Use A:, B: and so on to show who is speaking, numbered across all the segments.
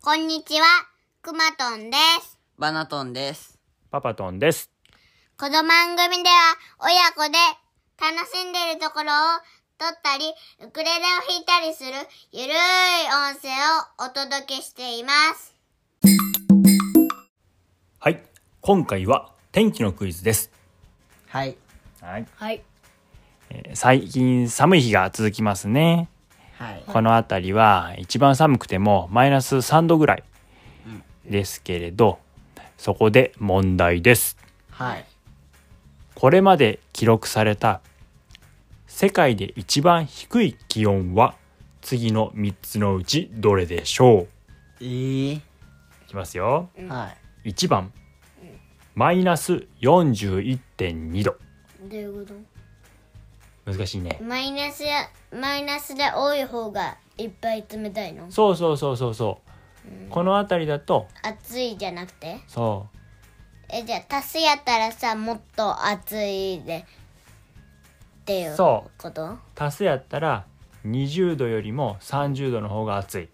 A: こんにちは、くまとんです。
B: バナトンです。
C: パパトンです。
A: この番組では親子で楽しんでいるところを撮ったり、ウクレレを弾いたりするゆるい音声をお届けしています。
C: はい。今回は天気のクイズです。
B: はい。
C: はい。
D: はい。
C: 最近寒い日が続きますね。
B: はい。
C: この辺りは一番寒くてもマイナス3度ぐらいですけれど、そこで問題です。
B: はい。
C: これまで記録された世界で一番低い気温は次の3つのうちどれでしょ
B: えー。
C: ういきますよ。
B: はい。
C: 1番、マイナス41.2度。
D: どういうこ
C: 難しいね。
D: マイナスや、マイナスで多い方がいっぱい冷たいの
C: そうそうそうそうそう。この辺りだと、
D: 暑いじゃなくて
C: そ
D: え、じゃあ足すやったらさ、もっと暑いで、っていう
C: そ
D: こと
C: う、足すやったら20度よりも30度の方が暑い。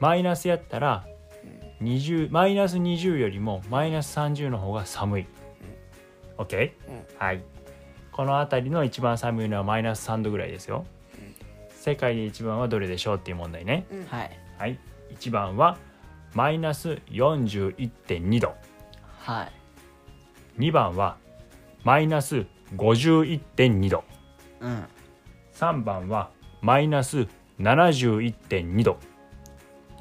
C: マイナスやったら20マイナス20よりもマイナス30の方が寒い。OK、はい。この辺りの一番寒いのはマイナス3度ぐらいですよ。世界で一番はどれでしょうっていう問題ね。
B: はい。
C: はい。一番はマイナス41.2度。
B: はい。
C: 2番はマイナス51.2度
B: うん。
C: 3番はマイナス71.2度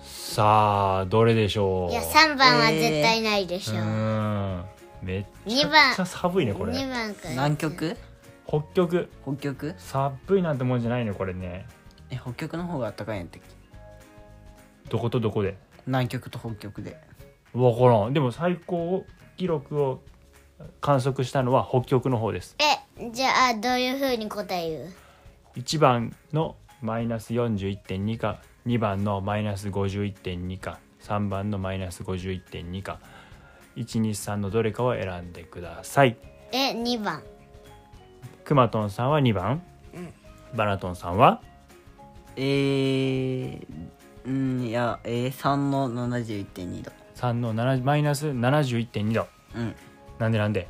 C: さあどれでしょう
D: いや、3番は絶対ないでしょ。
C: うーんめっち
D: 二番
C: ゃくちゃ寒いねこ
D: 2
C: れ
D: 番から。
B: 南極
C: 北極
B: 北極
C: 寒いなんてもんじゃないねこれね
B: え、北極の方が暖かいんやったっけ
C: どことどこで
B: 南極と北極で。
C: わからんでも最高記録を観測したのは北極の方です
D: え、じゃあどういう風に答え言う
C: 1番のマイナス41.2か2番のマイナス51.2か3番のマイナス51.2か123のどれかを選んでください
D: え、2番。
C: くまとんさんは2番、バナトンさんは
B: えー。うん、いや、えー、3の71.2度。
C: 3の7マイナス71.2度
B: うん。
C: なんでなんで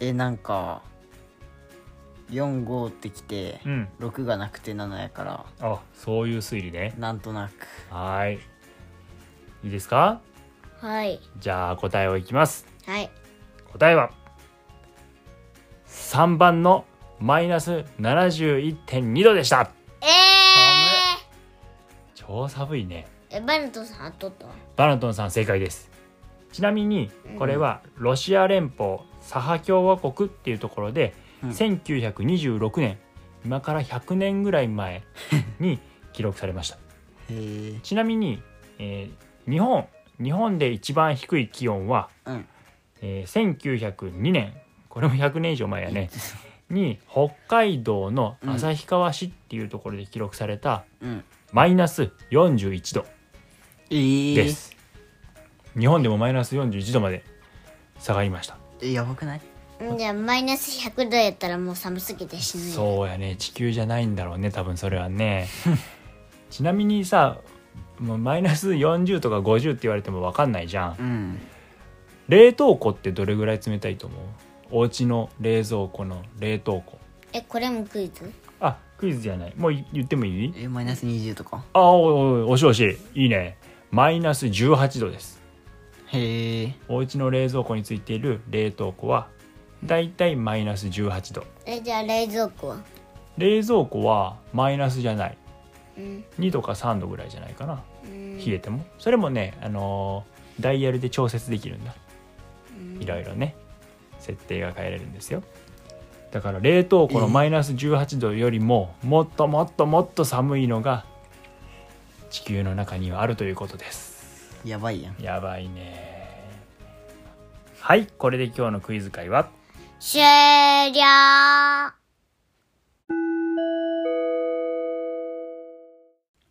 B: え、なんか、4、5ってきて、
C: うん
B: 6がなくて7やから、
C: あそういう推理ね
B: なんとなく。
C: はーいいいですか
D: はい。
C: じゃあ答えをいきます
D: はい。
C: 答えは3番のマイナス71.2度でした
D: え
C: 超寒いね
D: ー、え、バルトさん取った
C: バナトンさん正解ですちなみにこれはロシア連邦サハ共和国っていうところで、
B: うん
C: 1926年今から100年ぐらい前に記録されました
B: へー。
C: ちなみに、えー日本日本で一番低い気温は、
B: うん。
C: えー1902年これも100年以上前や ねに北海道の旭川市っていうところで記録された
B: うん。
C: マイナス41度
B: えー。
C: です、日本でもマイナス41度まで下がりました、
B: え。やばくない
D: じゃあマイナス100度やったらもう寒すぎて死ぬよ
C: そうやね地球じゃないんだろうね多分それはねちなみにさもうマイナス40とか50って言われても分かんないじゃん
B: うん。
C: 冷凍庫ってどれぐらい冷たいと思うお家の冷蔵庫の冷凍庫
D: え、これもクイズ
C: あクイズじゃないもうい言ってもいい
B: え、マイナス20とか。
C: あおいおいおしおしいいねマイナス18度です
B: へえ。
C: お家の冷蔵庫についている冷凍庫はだいたいマイナス18度
D: え、じゃあ冷蔵庫は
C: 冷蔵庫はマイナスじゃない
D: うん
C: 2度か3度ぐらいじゃないかな
D: うん
C: 冷えてもそれもね、あのーダイヤルで調節できるんだいろいろね設定が変えれるんですよだから冷凍庫のマイナス18度よりももっともっともっと寒いのが地球の中にはあるということです
B: やばいやん。
C: やばいねはいこれで今日のクイズ会は
D: 終了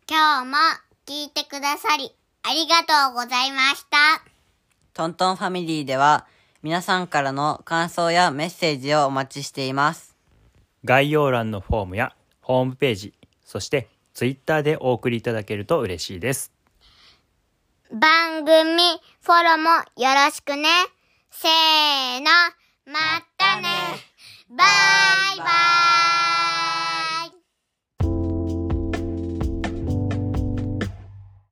A: 今日も聞いてくださりありがとうございました。
B: トントンファミリーでは皆さんからの感想やメッセージをお待ちしています。
C: 概要欄のフォームやホームページそして Twitter でお送りいただけると嬉しいです
D: 番組フォローもよろしくね。せーの、またね。バイバイ。